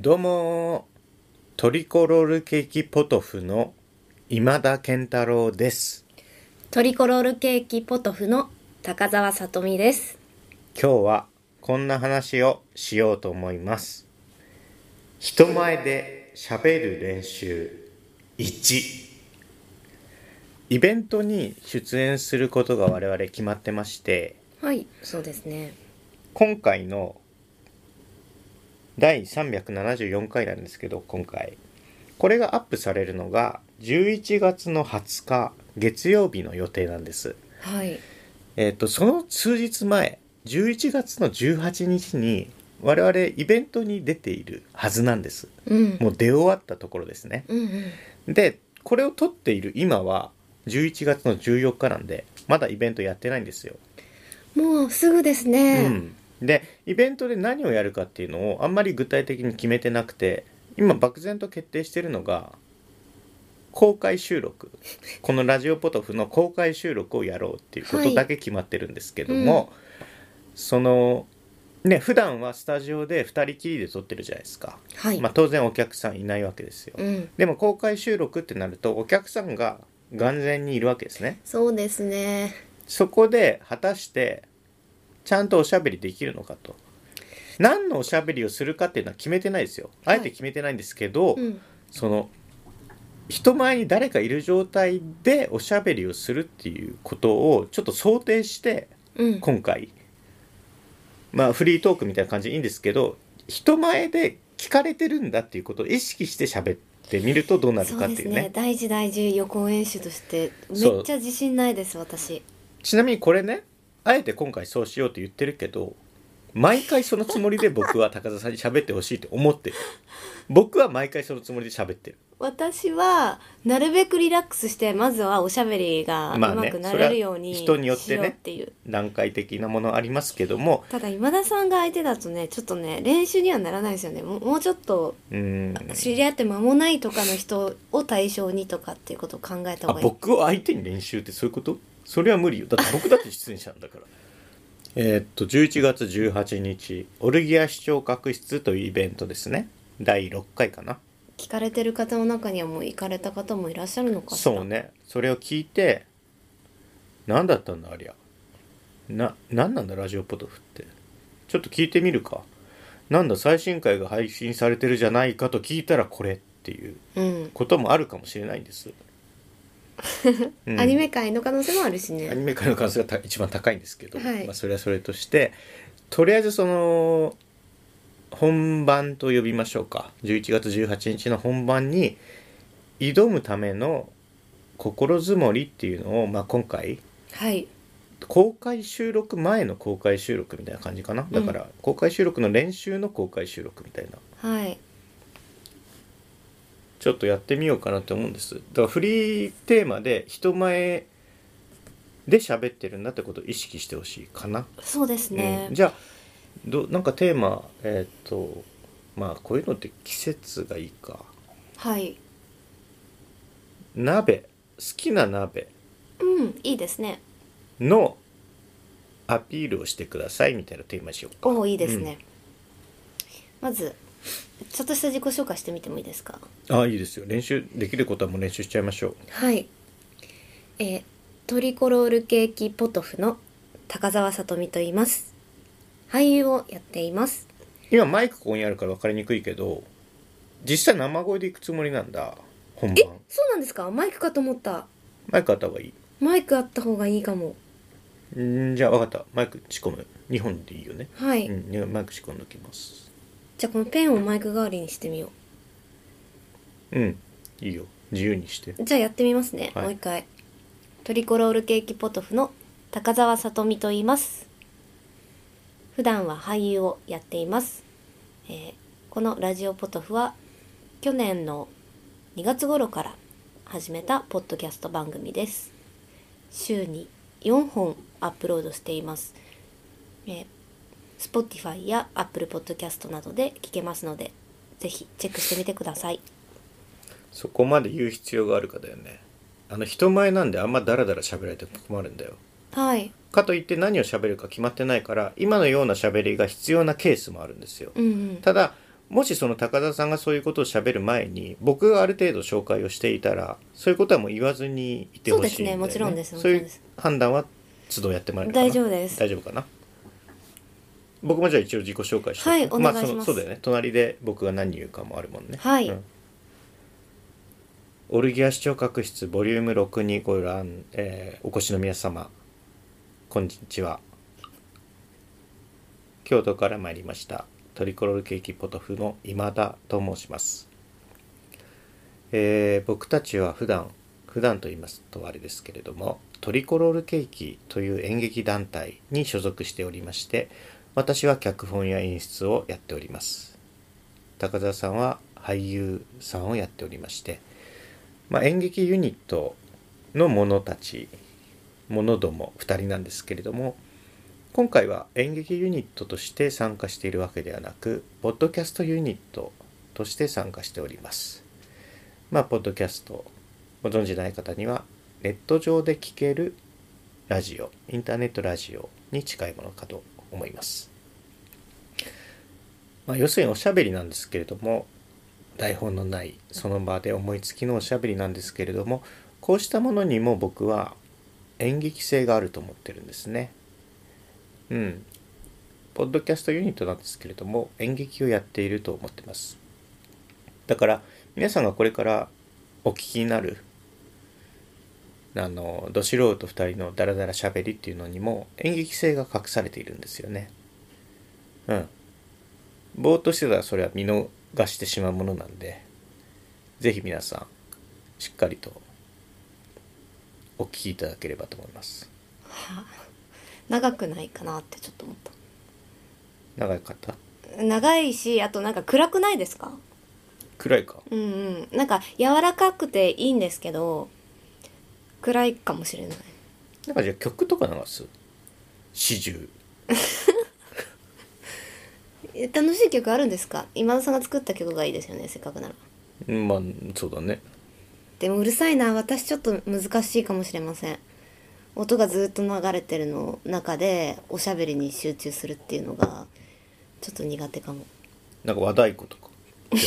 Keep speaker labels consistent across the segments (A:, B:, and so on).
A: どうもートリコロールケーキポトフの今田健太郎です
B: トリコロールケーキポトフの高澤さとみです。
A: 今日はこんな話をしようと思います人前で喋る練習1イベントに出演することが我々決まってまして
B: はい、そうですね。
A: 今回の第374回なんですけど今回これがアップされるのが11月の20日月曜日の予定なんです
B: はい、
A: えっ、とその数日前11月の18日に我々イベントに出ているはずなんです
B: うん、
A: もう出終わったところですね
B: うんうん、
A: でこれを撮っている今は11月の14日なんでまだイベントやってないんですよ
B: もうすぐですね。
A: うん、でイベントで何をやるかっていうのをあんまり具体的に決めてなくて今漠然と決定してるのが公開収録この「ラジオポトフ」の公開収録をやろうっていうことだけ決まってるんですけども、
B: はいうん
A: そのね普段はスタジオで2人きりで撮ってるじゃないですか、
B: はい、
A: まあ、当然お客さんいないわけですよ、
B: うん、
A: でも公開収録ってなるとお客さんが眼前にいるわけですね
B: そうですね。
A: そこで果たしてちゃんとおしゃべりできるのかと何のおしゃべりをするかっていうのは決めてないですよあえて決めてないんですけど、
B: うん、
A: その人前に誰かいる状態でおしゃべりをするっていうことをちょっと想定して
B: うん、
A: 今回まあフリートークみたいな感じでいいんですけど人前で聞かれてるんだっていうことを意識して喋ってみるとどうなる
B: そ
A: か
B: う
A: っ
B: で
A: てい
B: す
A: う
B: ね
A: ね。
B: 大事大事予行演習として
A: そう
B: めっちゃ自信ないです私。
A: ちなみにこれねあえて今回そうしようと言ってるけど毎回そのつもりで僕は高田さんに喋ってほしいと思ってる僕は毎回そのつもりで喋ってる
B: 私はなるべくリラックスしてまずはおしゃべりがう
A: まあね
B: まくなれるように
A: それは人によってね
B: しようっていう。
A: 段階的なものありますけども
B: ただ今田さんが相手だとねちょっとね練習にはならないですよねもうもうちょっと
A: うーん
B: 知り合って間もないとかの人を対象にとかっていうことを考えた
A: あ
B: 方がいい
A: 僕を相手に練習ってそういうことそれは無理よだって僕だって出演者なんだから えーっと11月18日オルギア視聴覚室というイベントですね第6回かな
B: 聞かれてる方の中にはもう行かれた方もいらっしゃるのかしら
A: そうねそれを聞いて何だったんだありゃな何なんだラジオポトフってちょっと聞いてみるかなんだ最新回が配信されてるじゃないかと聞いたらこれっていう
B: うん、
A: こともあるかもしれないんです、うん
B: アニメ界の可能性もあるし
A: アニ
B: ね
A: メ界の可能性がた一番高いんですけど、
B: はい
A: まあ、それはそれとしてとりあえずその本番と呼びましょうか11月18日の本番に挑むための心づもりっていうのを、まあ、今回
B: はい
A: 公開収録前の公開収録みたいな感じかなだから公開収録の練習の公開収録みたいな
B: はい
A: ちょっとやってみようかなって思うんですだからフリーテーマで人前で喋ってるんだってことを意識してほしいかな
B: そうですね
A: うん、、じゃあどなんかテーマえっ、とまあこういうのって季節がいいか
B: はい
A: 鍋好きな鍋
B: うんいいですね
A: のアピールをしてくださいみたいなテーマにしようか
B: おおいいですね、まずちょっとした自己紹介してみてもいいですか
A: ああいいですよ練習できることはもう練習しちゃいましょう
B: はいえートリコロールケーキポトフの高澤さとみと言います俳優をやっています
A: 今マイクここにあるから分かりにくいけど実際生声でいくつもりなんだ本
B: え
A: 番
B: そうなんですかマイクかと思った
A: マイクあった方がいい
B: マイクあった方がいいかも
A: んーじゃあ分かったマイク仕込む2本でいいよね、
B: はい、
A: うんねマイク仕込んどきます
B: じゃあこのペンをマイク代わりにしてみよ
A: うんいいよ自由にして
B: うじゃあやってみますね、
A: はい
B: もう一回トリコロールケーキポトフの高澤さとみと言います普段は俳優をやっています、えーこのラジオポトフは去年の2月頃から始めたポッドキャスト番組です週に4本アップロードしています、えー Spotify や Apple Podcast などで聞けますのでぜひチェックしてみてください
A: そこまで言う必要があるかだよねあの人前なんであんまダラダラ喋られても困るんだよ
B: はい
A: かといって何を喋るか決まってないから今のような喋りが必要なケースもあるんですよ
B: うんうん
A: ただもしその高田さんがそういうことをしゃべる前に僕がある程度紹介をしていたらそういうことはもう言わずにいてほしいんだよ、ね、
B: そうですねもちろんですも
A: そう
B: ち
A: い
B: ろん
A: う
B: です
A: 判断は都度やってもらえるかな
B: 大丈夫です
A: 大丈夫かな僕もじゃあ一応自己紹介して
B: はいお願いします
A: そのそうだよね隣で僕が何言うかもあるもんね
B: はい
A: うんオルギア視聴覚室ボリューム6にご覧、えーお越しの皆様こんにちは京都から参りましたトリコロールケーキポトフの今田と申します、えー僕たちは普段普段と言いますとあれですけれどもトリコロールケーキという演劇団体に所属しておりまして私は脚本や演出をやっております高澤さんは俳優さんをやっておりまして、まあ、演劇ユニットの者たち者ども2人なんですけれども今回は演劇ユニットとして参加しているわけではなくポッドキャストユニットとして参加しておりますまあポッドキャストご存じない方にはネット上で聞けるラジオインターネットラジオに近いものかと思います、まあ、要するにおしゃべりなんですけれども台本のないその場で思いつきのおしゃべりなんですけれどもこうしたものにも僕は演劇性があると思ってるんですねうんポッドキャストユニットなんですけれども演劇をやっていると思ってますだから皆さんがこれからお聞きになるあのど素人2人のダラダラしゃべりっていうのにも演劇性が隠されているんですよねうんぼーっとしてたらそれは見逃してしまうものなんでぜひ皆さんしっかりとお聞きいただければと思います
B: 長くないかなってちょっと思っ
A: 長かった
B: た長いしあとなんか暗くないですか
A: 暗いか
B: うんうんなんか柔らかくていいんですけど暗いかもしれない
A: なんかじゃあ曲とか流す始終
B: え楽しい曲あるんですか今田さんが作った曲がいいですよねせっかくなら
A: うんまあそうだね
B: でもうるさいな私ちょっと難しいかもしれません音がずっと流れてるの中でおしゃべりに集中するっていうのがちょっと苦手かも
A: なんか和太鼓と かじ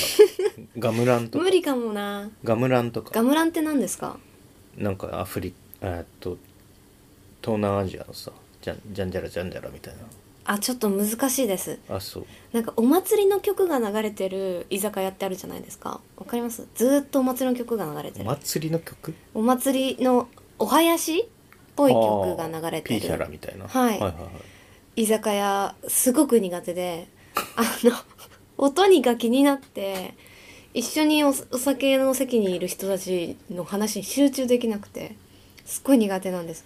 A: ゃあガムランとか
B: 無理かもな
A: ガムランと
B: ガ
A: か
B: ムランって何ですか
A: なんかアフリえーっと東南アジアのさじゃんじゃんじゃらじゃんじゃらみたい
B: あちょっと難しいです
A: なあそう
B: なんかお祭りの曲が流れてる居酒屋ってあるじゃないですかわかりますずーっとお祭りの曲が流れて
A: お
B: る
A: 祭りの曲っ
B: お祭りのお囃子っぽい曲が流れて
A: ピーヒャラ
B: る
A: みたいな、
B: はい
A: はいはいはい
B: 居酒屋すごく苦手であの 音にが気になって一緒におお酒の席にいる人たちの話に集中できなくてすっごい苦手なんです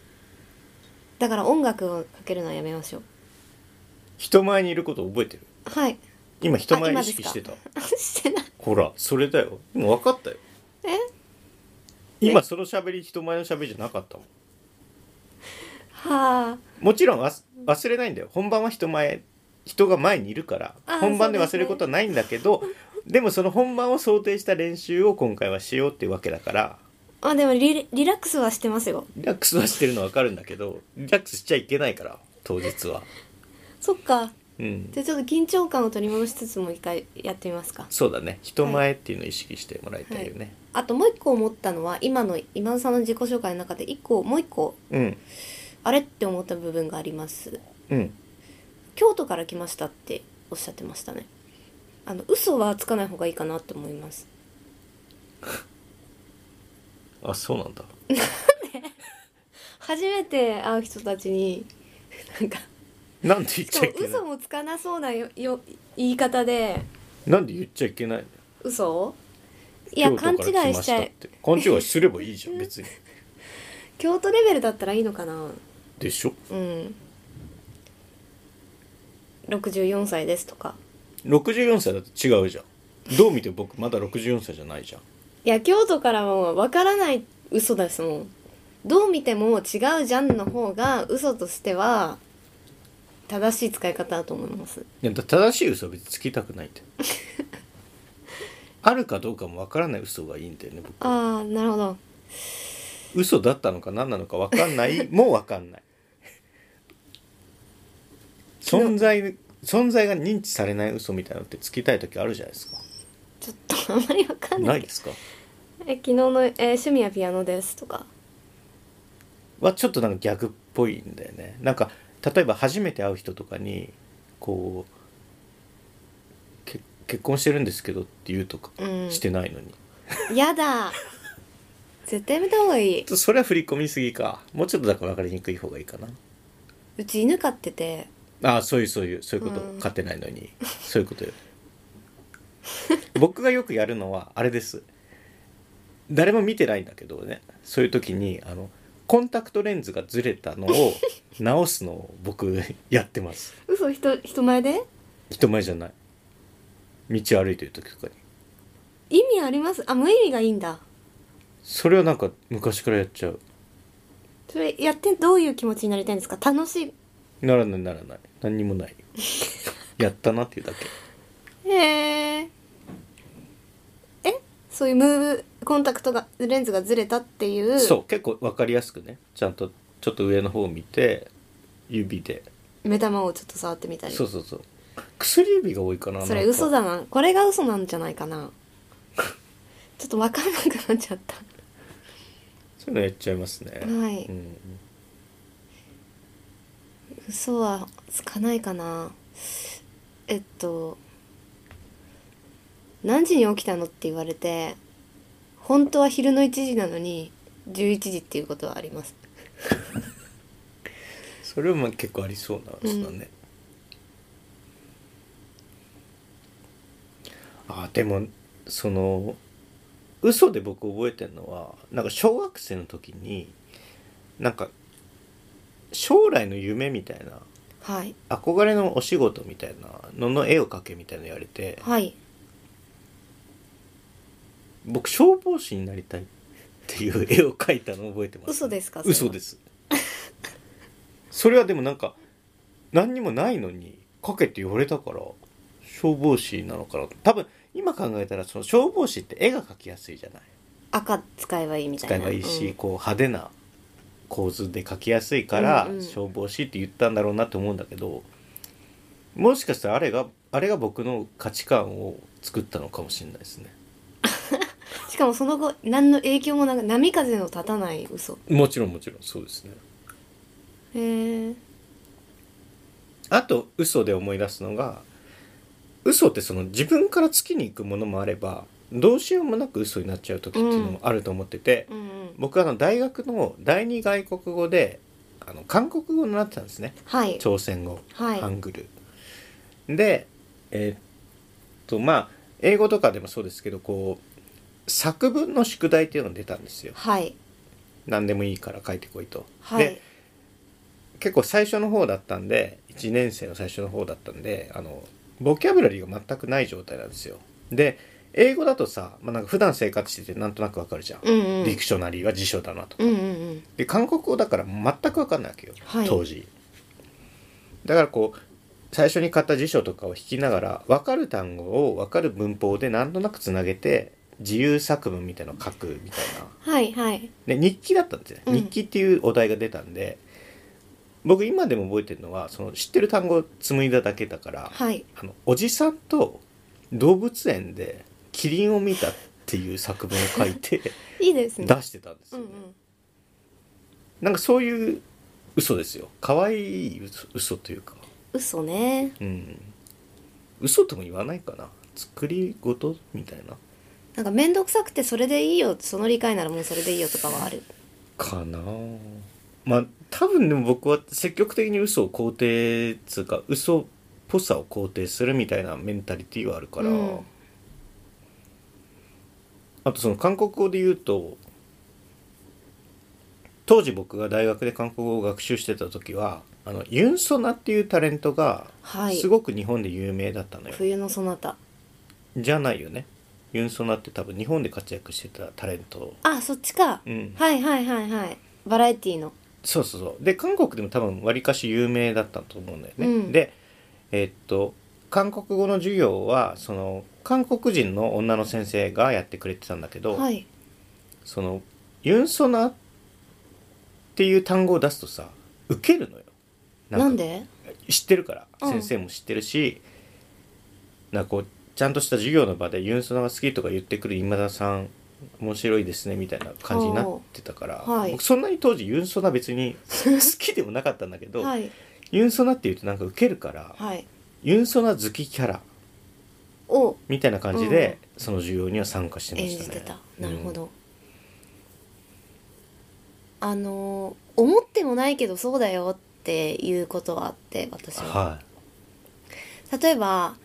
B: だから音楽をかけるのはやめましょう
A: 人前にいること覚えてる
B: はい
A: 今人前
B: あ今
A: 意
B: です
A: 識
B: か
A: してた
B: してない
A: ほらそれだよ今分かったよ
B: え
A: 今その喋り人前の喋りじゃなかったもん
B: はあ
A: もちろんわす忘れないんだよ本番は人前人が前にいるから
B: あー
A: 本番で
B: そうです
A: 忘
B: ね
A: れることはないんだけどで,、もその本番を想定した練習を今回はしようっていうわけだから
B: まあでもリリラックスはしてますよ
A: リラックスはしてるのは分かるんだけどリラックスしちゃいけないから当日は
B: そっか
A: うん
B: じゃあちょっと緊張感を取り戻しつつもう一回やってみますか
A: そうだね人前っていうのを意識してもらいたいよね、
B: あともう一個思ったのは今の今田さんの自己紹介の中で一個もう一個
A: うん
B: あれって思った部分があります
A: うん
B: 京都から来ましたっておっしゃってましたねあの嘘はつかない方がいいかなって思います
A: あそうなんだ
B: 初めて会う人たちになんか
A: なんで言っ
B: し
A: ちゃ
B: か
A: い
B: も
A: けない
B: 嘘もつかなそうなよよ言い方で
A: なんで言っちゃいけないの
B: 嘘をいや
A: 京都か
B: 勘
A: ら来
B: 違
A: ま
B: いしちゃ
A: たっ
B: い
A: て勘違いすればいいじゃん別に
B: 京都レベルだったらいいのかな
A: でしょ
B: うん64歳ですとか
A: 64歳だと違うじゃんどう見ても僕まだ64歳じゃないじゃん
B: いや京都からもわからない嘘ですもんどう見ても違うじゃんの方が嘘としては正しい使い方だと思います
A: いやだ正しい嘘は別につきたく ないってあるかどうかもわからない嘘がいいんだよね僕
B: ああなるほど
A: 嘘だったのか何なのか わかんないもうわかんない存在存在が認知されない嘘みたいなのってつきたい時あるじゃないですか
B: ちょっとあんまりわかんな
A: ない
B: い
A: ですか
B: え昨日の、えー趣味はピアノです」とか
A: はちょっとなんか逆っぽいんだよねなんか例えば初めて会う人とかにこうけ結婚してるんですけどって言うとか
B: うん
A: してないのに、
B: 「やだ!」絶対やめた方がいい
A: それは振り込みすぎかもうちょっとだから分かりにくい方がいいかな
B: うち犬飼ってて
A: ああそういうそういうそういうこと、
B: うん
A: 勝てないのにそういうことよ 僕がよくやるのはあれです誰も見てないんだけどねそういう時にあのコンタクトレンズがずれた のを直すのを僕やってます
B: 嘘人人前で
A: 人前じゃない道歩いてる時とかに
B: 意味ありますあ無意味がいいんだ
A: それはなんか昔からやっちゃう
B: それやってどういう気持ちになりたいんですか楽しい
A: ならないならない何にも ないやったなっていうだけ
B: へええそういうムーブコンタクトがレンズがずれたっていう
A: そう結構分かりやすくねちゃんとちょっと上の方を見て指で
B: 目玉をちょっと触ってみたり
A: そうそうそう薬指が多いかな
B: そ
A: な
B: れ
A: んか
B: 嘘だなこれが嘘なんじゃないかな ちょっと分かんなくなっちゃった
A: そういうのやっちゃいますね
B: はい
A: うん
B: 嘘はつかないかなえっと何時に起きたのって言われて本当は昼の1時なのに11時っていうことはあります
A: それはまあ結構ありそうな嘘だね、あでもその嘘で僕覚えてるのはなんか小学生の時になんか将来の夢みたいな
B: はい
A: 憧れのお仕事みたいなのの絵を描けみたいなの言われて
B: はい
A: 僕消防士になりたいっていう絵を描いたのを覚えてます、
B: 嘘ですかそれは
A: 嘘ですそれはでもなんか何にもないのに描けって言われたから消防士なのかなと多分今考えたらその消防士って絵が描きやすいじゃない
B: 赤使えばいいみたい
A: 使
B: な
A: えばいいし、
B: うん
A: こう派手な構図で描きやすいから、
B: うんうん
A: 消防士って言ったんだろうなと思うんだけどもしかしたらあれがあれが僕の価値観を作ったのかもしれないですね
B: しかもその後何の影響もなく波風の立たない嘘
A: もちろんもちろんそうですね
B: へえ
A: あと嘘で思い出すのが嘘ってその自分からつきに行くものもあればどうしようもなく嘘になっちゃう時っていうのもあると思ってて、
B: うんうん
A: 僕あの大学の第二外国語であの韓国語になってたんですね
B: はい
A: 朝鮮語、
B: はい
A: ハングル。でえーっとまあ英語とかでもそうですけどこう作文の宿題っていうのが出たんですよ。
B: はい
A: 何でもいいから書いてこいと。
B: は
A: で
B: い
A: 結構最初の方だったんで1年生の最初の方だったんであのボキャブラリーが全くない状態なんですよで英語だとさ、まあ、なんか普段生活しててなんとなくわかるじゃん、
B: うんうん
A: ディクショナリーは辞書だなと
B: うんうんうん
A: で韓国語だから全くわかんないわけよ、
B: はい
A: 当時だからこう最初に買った辞書とかを引きながら分かる単語を分かる文法でなんとなくつなげて自由作文みたいなのを書くみたいな
B: はいはい
A: で日記だったんですよ、
B: うん
A: 日記っていうお題が出たんで僕今でも覚えてるのはその知ってる単語を紡いだだけだから、
B: はい
A: あのおじさんと動物園でキリンを見たっていう作文を書いて
B: いいですね
A: 出してたんです
B: う
A: よ
B: ん
A: ね、
B: うん
A: なんかそういう嘘ですよ可愛い嘘嘘というか
B: 嘘ね
A: うん嘘とも言わないかな作り事みたいな
B: なんか面倒くさくてそれでいいよその理解ならもうそれでいいよとかはある
A: かなぁまあ多分でも僕は積極的に嘘を肯定っつうか嘘っぽさを肯定するみたいなメンタリティーはあるから、
B: うん
A: あとその韓国語で言うと当時僕が大学で韓国語を学習してた時はあのユン・ソナっていうタレントが
B: はい
A: すごく日本で有名だったのよ、
B: 冬のそなた
A: じゃないよねユン・ソナって多分日本で活躍してたタレント
B: あそっちか、
A: うん
B: はいはいはいはいバラエティーの
A: そうそうそうで韓国でも多分わりかし有名だったと思うんだよね、
B: うん
A: でえっと韓国語の授業はその韓国人の女の先生がやってくれてたんだけど、
B: はい
A: そのユンソナっていう単語を出すとさ受けるのよ
B: なん
A: か
B: で
A: 知ってるから、
B: うん
A: 先生も知ってるしなんかこうちゃんとした授業の場でユンソナが好きとか言ってくる今田さん面白いですねみたいな感じになってたから、
B: おーはい
A: 僕そんなに当時ユンソナ別 に好きでもなかったんだけど、
B: はい
A: ユンソナっていうとなんかウケるから、
B: はい
A: ユンソナ好きキャラ
B: を
A: みたいな感じで、その授業には参加してま
B: 演
A: したね。
B: じてた、なるほど、あのー思ってもないけどそうだよっていうことはあって私
A: うん
B: は、
A: はい
B: 例えば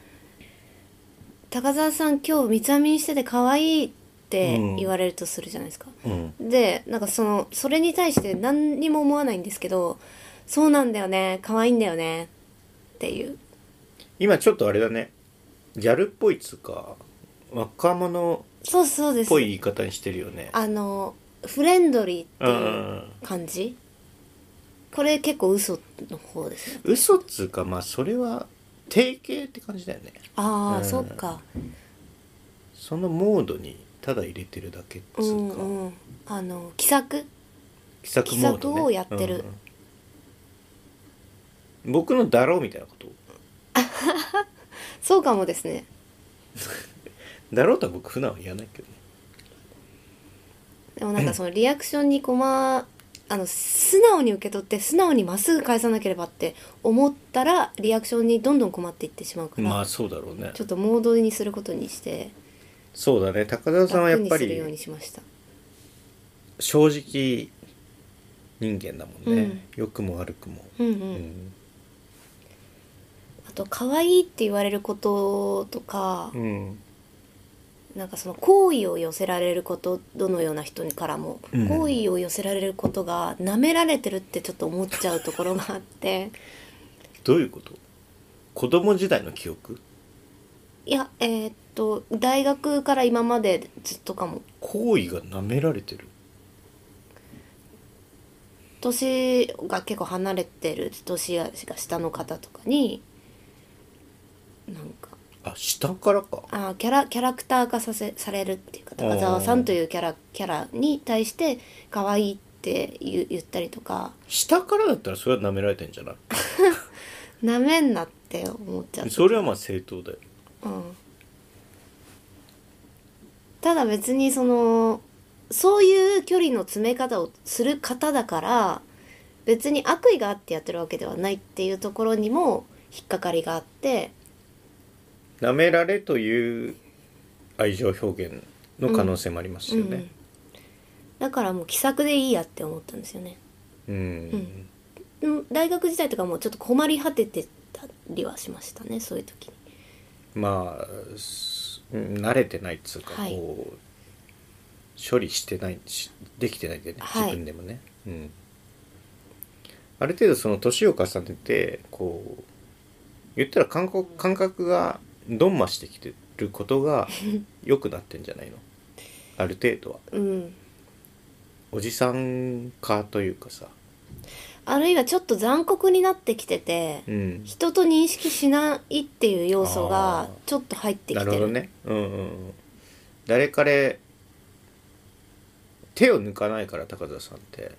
B: 「高澤さん今日三つ編みにしてて可愛いって言われるとするじゃないですか、
A: うん、
B: でなんかそのそれに対して何にも思わないんですけど「そうなんだよね可愛いんだよね」っていう
A: 今ちょっとあれだねギャルっぽいっつうか若者
B: そうそうで
A: っ
B: す
A: ぽい言い方にしてるよね。
B: あのフレンドリーって
A: うんう
B: いうん感じこれ結構嘘の方ですね
A: うん、嘘っつうかまあそれは定型って感じだよね
B: ああ、
A: うん
B: そっか
A: そのモードにただ入れてるだけっ
B: う
A: つ
B: ん
A: うか、
B: うんあの気さく
A: 気さくモード、ね、
B: 気さくをやってる
A: うんうん僕の「だろ」みたいなこと
B: そうかもですね
A: 「だろ」とは僕普段は言わないけどね
B: でも なんかそのリアクションにこまあの素直に受け取って素直にまっすぐ返さなければって思ったらリアクションにどんどん困っていってしまうから、
A: まあそうだろうね
B: ちょっとモードにすることにして
A: そうだね高田さんはやっ
B: 楽に
A: ぱ
B: するように
A: り
B: しました
A: 正直人間だもんね、良くも悪くも、
B: うんうん、
A: うん
B: あと可愛いって言われることとか、
A: うん
B: なんかその好意を寄せられることどのような人からも
A: うん
B: 好意、を寄せられることが舐められてるってちょっと思っちゃうところがあって
A: どういうこと子供時代の記憶
B: いやえーっと大学から今までずっとかも
A: 行為が舐められてる
B: 年が結構離れてる年が下の方とかになんか
A: あ下からか
B: あーキャラキャラクター化させされるっていうか
A: あー
B: 高澤さんというキャラキャラに対して可愛いって言う言ったりとか
A: 下からだったらそれは舐められてんじゃない
B: なめんなって思っちゃ う、
A: それはまあ正当だよ
B: うん、ただ別にそのそういう距離の詰め方をする方だから別に悪意があってやってるわけではないっていうところにも引っかかりがあって
A: 舐められという愛情表現の可能性もありますよね
B: だからもう気さくでいいやって思ったんですよね。
A: うん、
B: んうん大学時代とかもちょっと困り果ててたりはしましたねそういう時に
A: まあすうん慣れてないっつうか、
B: はい
A: こう処理してないしできてないんだよね
B: はい
A: 自分でもね、うん、ある程度その年を重ねてこう言ったら感覚感覚がどんましてきてることが良くなってんじゃ ないのある程度は
B: うん
A: おじさん化というかさ、
B: あるいはちょっと残酷になってきてて、
A: うん、
B: 人と認識しないっていう要素
A: あ
B: が
A: ー
B: ちょっと入ってき
A: な
B: てる
A: るほどね、うんうんうん、誰彼手を抜かないから高田さんって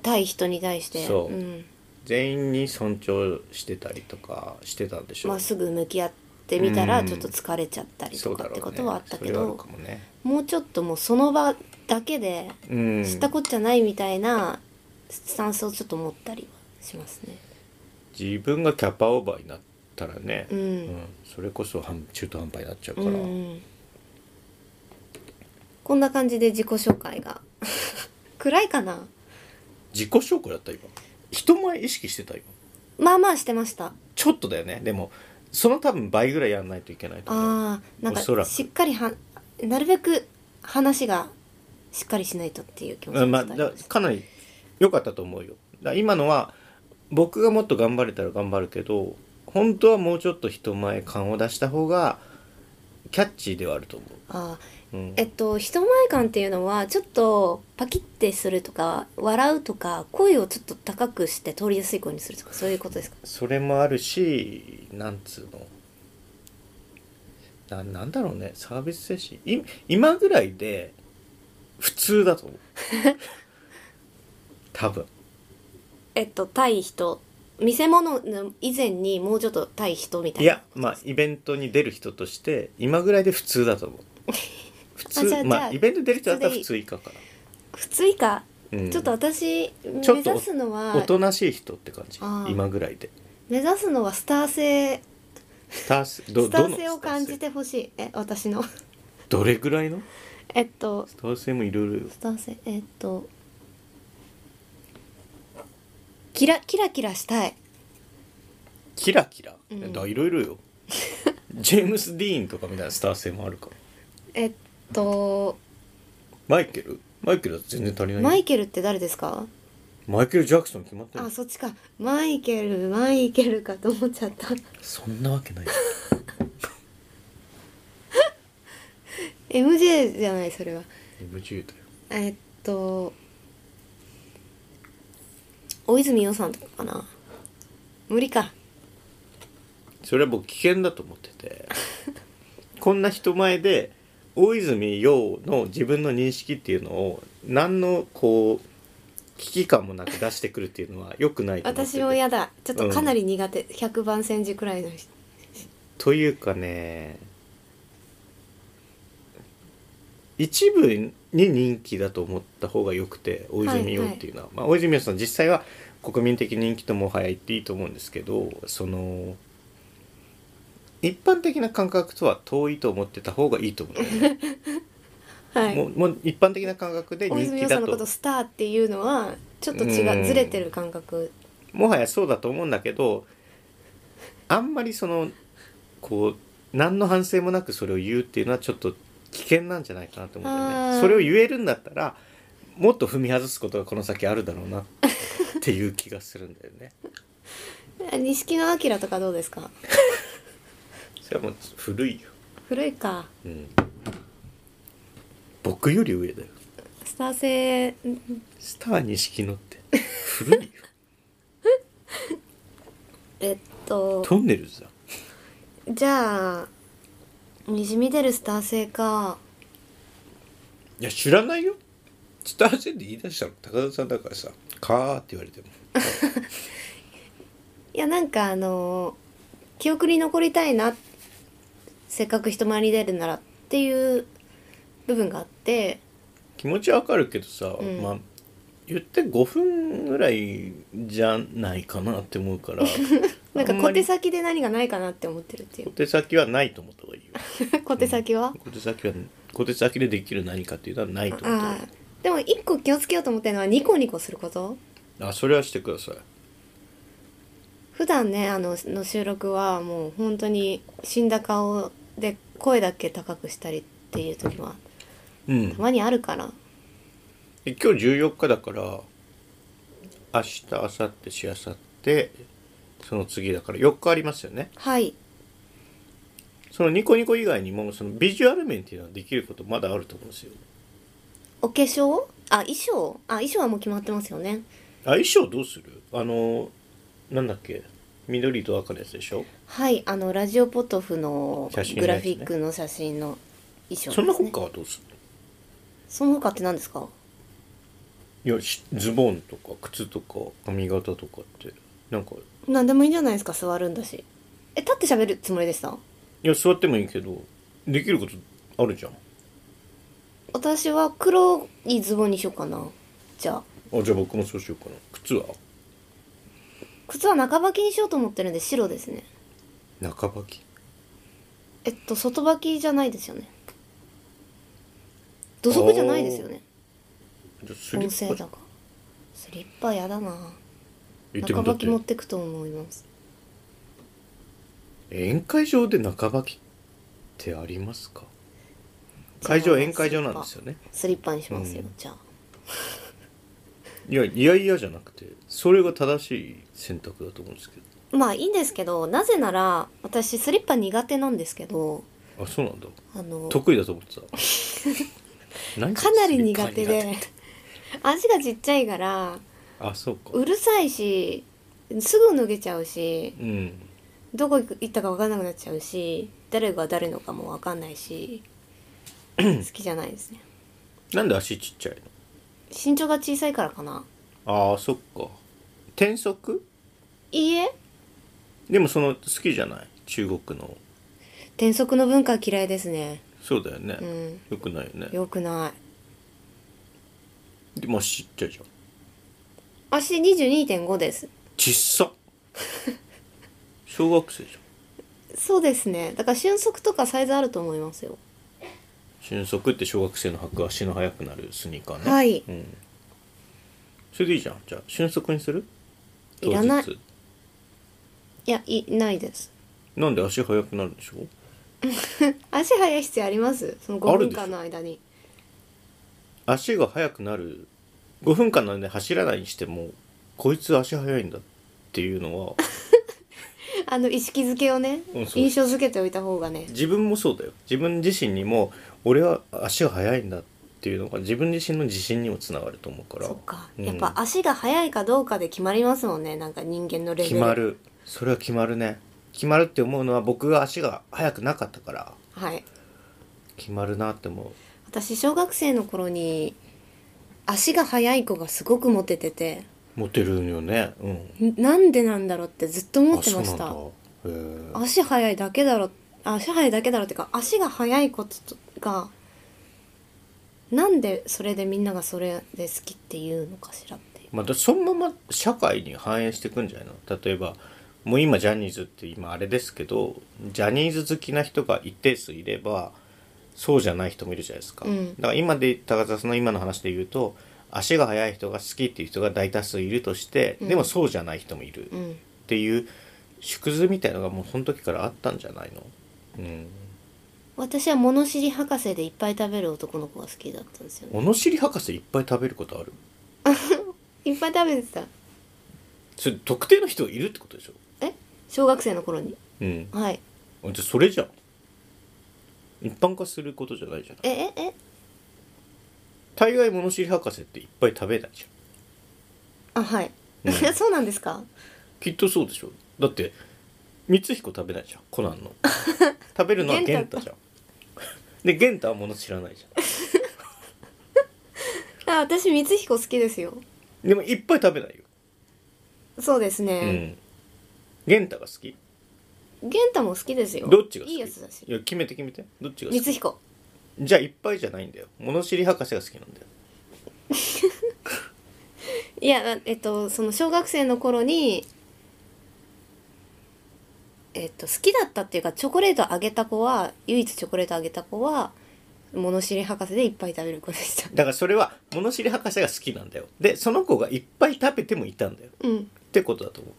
B: 対人に対して、
A: そうん全員に尊重してたりとかしてたんでしょう、
B: まっすぐ向き合ってみたら
A: うん
B: ちょっと疲れちゃったり
A: そ
B: と
A: うだ
B: か
A: ろ
B: って
A: う
B: こ
A: ね
B: とはあったけ
A: それはある
B: ど
A: かもね
B: もうちょっともうその場だけで
A: うん
B: 知ったこっちゃないみたいなスタンスをちょっと持ったりはしますね。
A: 自分がキャパオーバーになったらね、
B: うん
A: それこそ半中途半端になっちゃうか
B: う
A: ら、
B: ん、こんな感じで自己紹介が 暗いかな
A: 自己紹介だった今人前意識してた今
B: まあまあしてました
A: ちょっとだよねでもその多分倍ぐらいやんないといけないと思う
B: あーなん
A: おそら
B: か
A: く
B: しっかりはなるべく話がしっかりしないとっていう気持ち
A: うんまあ、
B: 伝え
A: だ
B: ました
A: かなり良かったと思うよだ今のは僕がもっと頑張れたら頑張るけど本当はもうちょっと人前感を出した方がキャッチーではあると思
B: あ
A: う、うん
B: ーえっと人前感っていうのはちょっとパキッてするとか笑うとか声をちょっと高くして通りやすい声にするとかそういうことですか
A: それもあるしなんつうのななんだろうねサービス精神い今ぐらいで普通だ と思う多分
B: えっと対人見せ物の以前にもうちょっと対人みた
A: い
B: いな
A: やまあイベントに出る人として今ぐらいで普通だと思う 普
B: あじゃ
A: 通
B: あ
A: ま
B: じゃ
A: あ
B: あ
A: イベント出る人だったら普通以下か
B: 普通以下、
A: な、うん、
B: ちょっと私目
A: ちょっと
B: 指すのは
A: おとなしい人って感じ
B: あー
A: 今ぐらいで
B: 目指すのはスター性
A: スタースど
B: スタ
A: どの
B: ー性を感じ
A: スター
B: てほしいえ私の
A: 性どれぐらいの
B: えっと
A: スター性もいろいろよ
B: スター性えっとキラキラキラしたい
A: キラキラ、
B: うん
A: だいろいろ よジェームス・ディーンとかみたいなスター性もあるから
B: えっと
A: マイケルマイケルだと全然足りないよ
B: マイケルって誰ですか
A: マイケル・ジャクソン決まってる
B: あそっちかマイケルマイケルかと思っちゃった
A: そんなわけない
B: MJ じゃないそれは
A: MG だよ
B: えっと大泉洋さんとかかな無理か
A: それは僕危険だと思って てこんな人前で大泉洋の自分の認識っていうのを何のこう危機感もなく出してくるっていうのは良くないと思ってて
B: 私も嫌だちょっとかなり苦手、100番煎じくらいの人
A: というかね一部に人気だと思った方が良くて大泉洋っていうのは、まあ、大泉洋さん実際は国民的人気ともはや言っていいと思うんですけどその一般的な感覚とは遠いと思ってた方がいいと思うんだよね、
B: は
A: も
B: いう
A: もう一般的な感覚で
B: 大
A: 人
B: 泉
A: 気
B: 洋さ
A: だ
B: んのこと
A: と
B: スターっていうのはちょっと
A: う
B: 違
A: ん
B: うずれてる感覚
A: もはやそうだと思うんだけどあんまりそのこう何の反省もなくそれを言うっていうのはちょっと危険なんじゃないかなと思うんだよ
B: あ
A: ね
B: ー
A: それを言えるんだったらもっと踏み外すことがこの先あるだろうなっていう気がするんだよね
B: あ錦野明とかどうですか
A: それはもう古いよ、
B: 古いか
A: うん、僕より上だよ
B: スター性
A: スター錦野って古い よ
B: えっと
A: トンネルズだ
B: じゃあにじみ出るスター性か
A: いや知らないよスター戦で言い出したの高田さんだからさ「かー」って言われても
B: いやなんかあの記憶に残りたいなせっかく人前に出るならっていう部分があって
A: 気持ちはわかるけどさ、
B: うん
A: まあ言って5分ぐらいじゃないかなって思うから
B: なんか
A: あんま
B: 小
A: り
B: 手先で何がないかなって思ってるってい
A: 小
B: う
A: 手先はないと思った方がいいよ
B: 小手先は、
A: 小手先は小手先でできる何かっていうのはないと思った方が
B: あ
A: いい
B: あでも一個気をつけようと思ってるのはニコニコすること
A: あそれはしてください
B: 普段ねあのの収録はもう本当に死んだ顔で声だけ高くしたりっていう時は
A: うん
B: たまにあるから
A: で今日14日だから明日明後日しあさってその次だから4日ありますよね
B: はい
A: そのニコニコ以外にもそのビジュアル面っていうのはできることまだあると思うんですよ
B: お化粧あ衣装あ衣装はもう決まってますよね
A: あ衣装どうするあのなんだっけ緑と赤のやつでしょ
B: はいあのラジオポトフの
A: 写真の
B: グ
A: や
B: ラ
A: つ
B: フ
A: ね
B: ィックの写真の衣装です、
A: そん
B: ね、
A: な他はどうする
B: その他って何ですか
A: のいやしズボンとか靴とか髪型とかってなんか
B: 何でもいいんじゃないですか座るんだしえ立って喋るつもりでした
A: いや座ってもいいけどできることあるじゃん
B: 私は黒いズボンにしようかなじゃあ
A: あじゃあ僕もそうしようかな靴は
B: 靴は中履きにしようと思ってるんで白ですね
A: 中履き
B: えっと外履きじゃないですよね土足じゃないですよね
A: じゃあスリ
B: 音
A: ッ
B: 声
A: パ
B: だからスリッパやだな
A: 言って
B: 中
A: もだ
B: 履
A: っ
B: き持っててくと思います
A: 宴会場で中履きってありますか会場は宴会場なんですよね
B: スリッパにしますよ、
A: うん
B: じゃあ
A: いやいやいやじゃなくてそれが正しい選択だと思うんですけ
B: まあいいんですけどなぜなら私スリッパ苦手なんですけど
A: どあそうなんだ
B: あの
A: 得意だと思 ってた何
B: かなり苦手
A: スリッパ
B: で足がちっちゃいから
A: あそうか
B: うるさいしすぐ脱げちゃうし
A: うん
B: どこ行ったか分かんなくなっちゃうし誰が誰のかも分かんな いし好きじゃないですね
A: なんで足ちっちゃい
B: 身長が小さいからかな
A: のああそっか転足
B: いいえ
A: でもその好きじゃない中国の
B: 転職の文化嫌いですね
A: そうだよね、
B: うん
A: よくないよね
B: よくない
A: でも知っちゃうじゃん
B: 足22.5です
A: ちっ さ小学生じゃん
B: そうですねだから俊足とかサイズあると思いますよ
A: 俊足って小学生の履く足の速くなるスニーカーね
B: はい
A: うん、それでいいじゃんじゃあ俊足にする
B: いらない
A: 当日
B: いやいないです
A: なんで足速くなるんでしょう
B: 足速い必要ありますその
A: あ
B: 5
A: る
B: 分
A: でしょ
B: 間の間に
A: 足が速くなる5分間なんで走らないにしてもこいつ足速いんだっていうのは
B: あの意識づけをね、
A: うんそう
B: 印象づけておいた方がね
A: 自分もそうだよ自分自身にも俺は足が速いんだっていうのが自分自身の自信にもつながると思うから
B: そっか、
A: うん
B: やっぱ足が速いかどうかで決まりますもんねなんか人間のレベル
A: 決まるそれは決まるね決まるって思うのは僕が足が速くなかったから
B: はい
A: 決まるなって思う
B: 私小学生の頃に足が速い子がすごくモテてて
A: モテるんよねうん
B: んなんでなんだろうってずっと思
A: あ
B: って
A: そう
B: ま
A: なん
B: した
A: だへー
B: 足速いだけだろ足速いだけだろっていうか足が速いことがなんでそれでみんながそれで好きっていうのかしらっていう
A: またそのまま社会に反映していくんじゃないの例えばもう今ジャニーズって今あれですけどジャニーズ好きな人が一定数いればそうじゃない人もいるじゃないですか、
B: うん
A: だから今で高田さんの今の話で言うと足が速い人が好きっていう人が大多数いるとして、でもそうじゃない人もいる
B: う
A: っ
B: ん
A: ていう縮図みたいのがもうその時からあったんじゃないのうん
B: 私は物知り博士でいっぱい食べる男の子が好きだったんですよね
A: 物知り博士いっぱい食べることある
B: いっぱい食べてた
A: それ特定の人がいるってことでしょ
B: え小学生の頃に
A: うん
B: はい
A: あじゃあそれじゃん一般化することじゃないじゃない
B: えええ
A: 大概物知り博士っていっぱい食べないじゃ
B: あはい、
A: うん
B: そうなんですか
A: んきっとそうでしょだって光彦食べないじゃんコナ ンの食べるのは
B: 元
A: 玄
B: 太
A: 太じゃんで玄太は物知らないじゃ
B: あ私光彦好きですよ
A: んでもいっぱい食べないよ
B: そうです
A: う
B: ね、
A: ん玄太が好き
B: 玄太も好きですよ
A: どっちが好き
B: いいやつだし
A: いや決めて決めてどっちが好
B: 光
A: き
B: 彦
A: じゃあいっぱいじゃないんだよ物知り博士が好きなんだよ
B: いやあえっとその小学生の頃にえっと好きだったっていうかチョコレートあげた子は唯一チョコレートあげた子は物知り博士でいっぱい食べる子でした
A: だからそれは物知り博士が好きなんだよでその子がいっぱい食べてもいたんだよ
B: うん
A: ってことだと思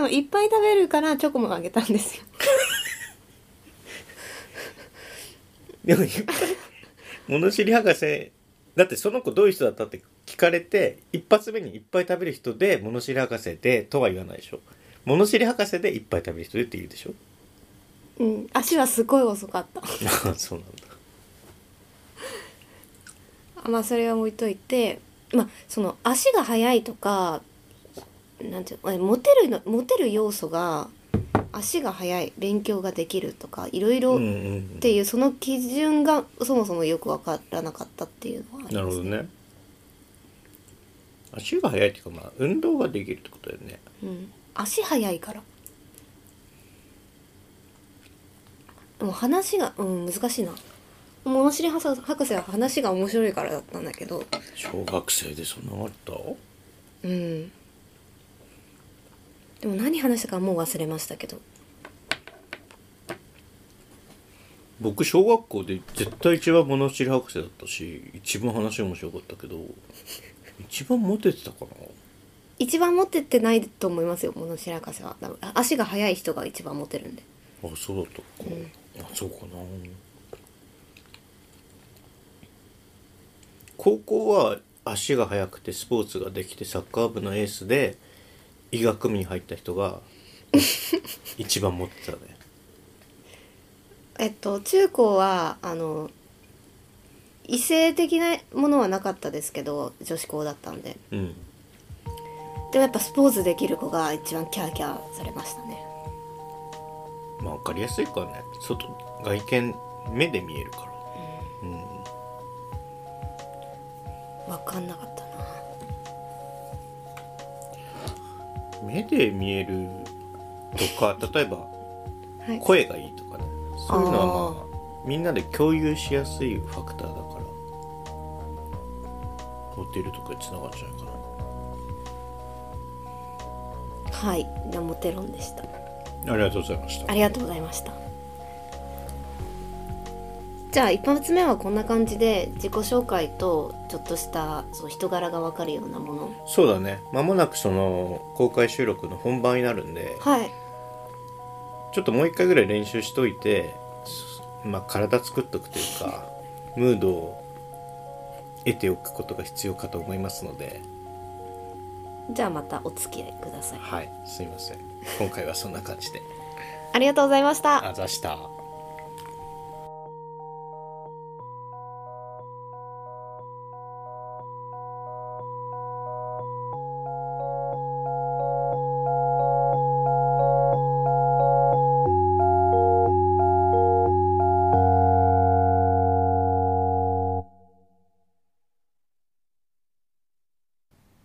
A: う
B: うんいっぱい食べるからチョコもあげたんですよ
A: でもいっぱい物知り博士だってその子どういう人だったって聞かれて一発目にいっぱい食べる人で物知り博士でとは言わないでしょ物知り博士でいっぱい食べる人でって言うでしょ
B: うん足はすごい遅かった
A: ああそうなんだ
B: あまあそれは置いといてまあその足が速いとかなんていうのえモテるのモテる要素が足が速い勉強ができるとかいろい
A: う
B: ろ
A: ん
B: っ
A: うん
B: ていうその基準がそもそもよく分からなかったっていうのはあり
A: な
B: ます
A: るほどね足が速いっていうかまあ運動ができるってことだよね
B: うん、足速いからでも話がうん難しいな物知り博士博士は話が面白いからだったんだけど
A: 小学生でそんなのあった
B: うんでも何話したかはもう忘れましたけど
A: 僕小学校で絶対一番物知り博士だったし一番話面白かったけど一番モテてたかな
B: 一番モテてないと思いますよ物知り博士は多分あ足が速い人が一番モテるんで
A: あそうだったか、あそうかな高校は足が速くてスポーツができてサッカー部のエースで医学部に入った人が一番持ってたね
B: えっと中高はあの異性的なものはなかったですけど女子校だったんで
A: うん
B: でもやっぱスポーツできる子が一番キャーキャーされましたね
A: まあ分かりやすいからね外外見目で見えるから
B: 分かんなかったな
A: 目で見えるとか例えば
B: はい
A: 声がいいとかねそういうのはまあみんなで共有しやすいファクターだからモテるとかにつながっちゃうかな
B: はいじゃあモテロンでした
A: ありがとうございました
B: ありがとうございましたじゃあ一発目はこんな感じで自己紹介とちょっとしたそう人柄がわかるようなもの
A: そうだね間もなくその公開収録の本番になるんで
B: はい
A: ちょっともう一回ぐらい練習しといて、すまあ、体作っとくという かムードを得ておくことが必要かと思いますので
B: じゃあまたお付き合いください
A: はいすいません今回はそんな感じで
B: ありがとうございました
A: あざした。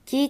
B: 聞い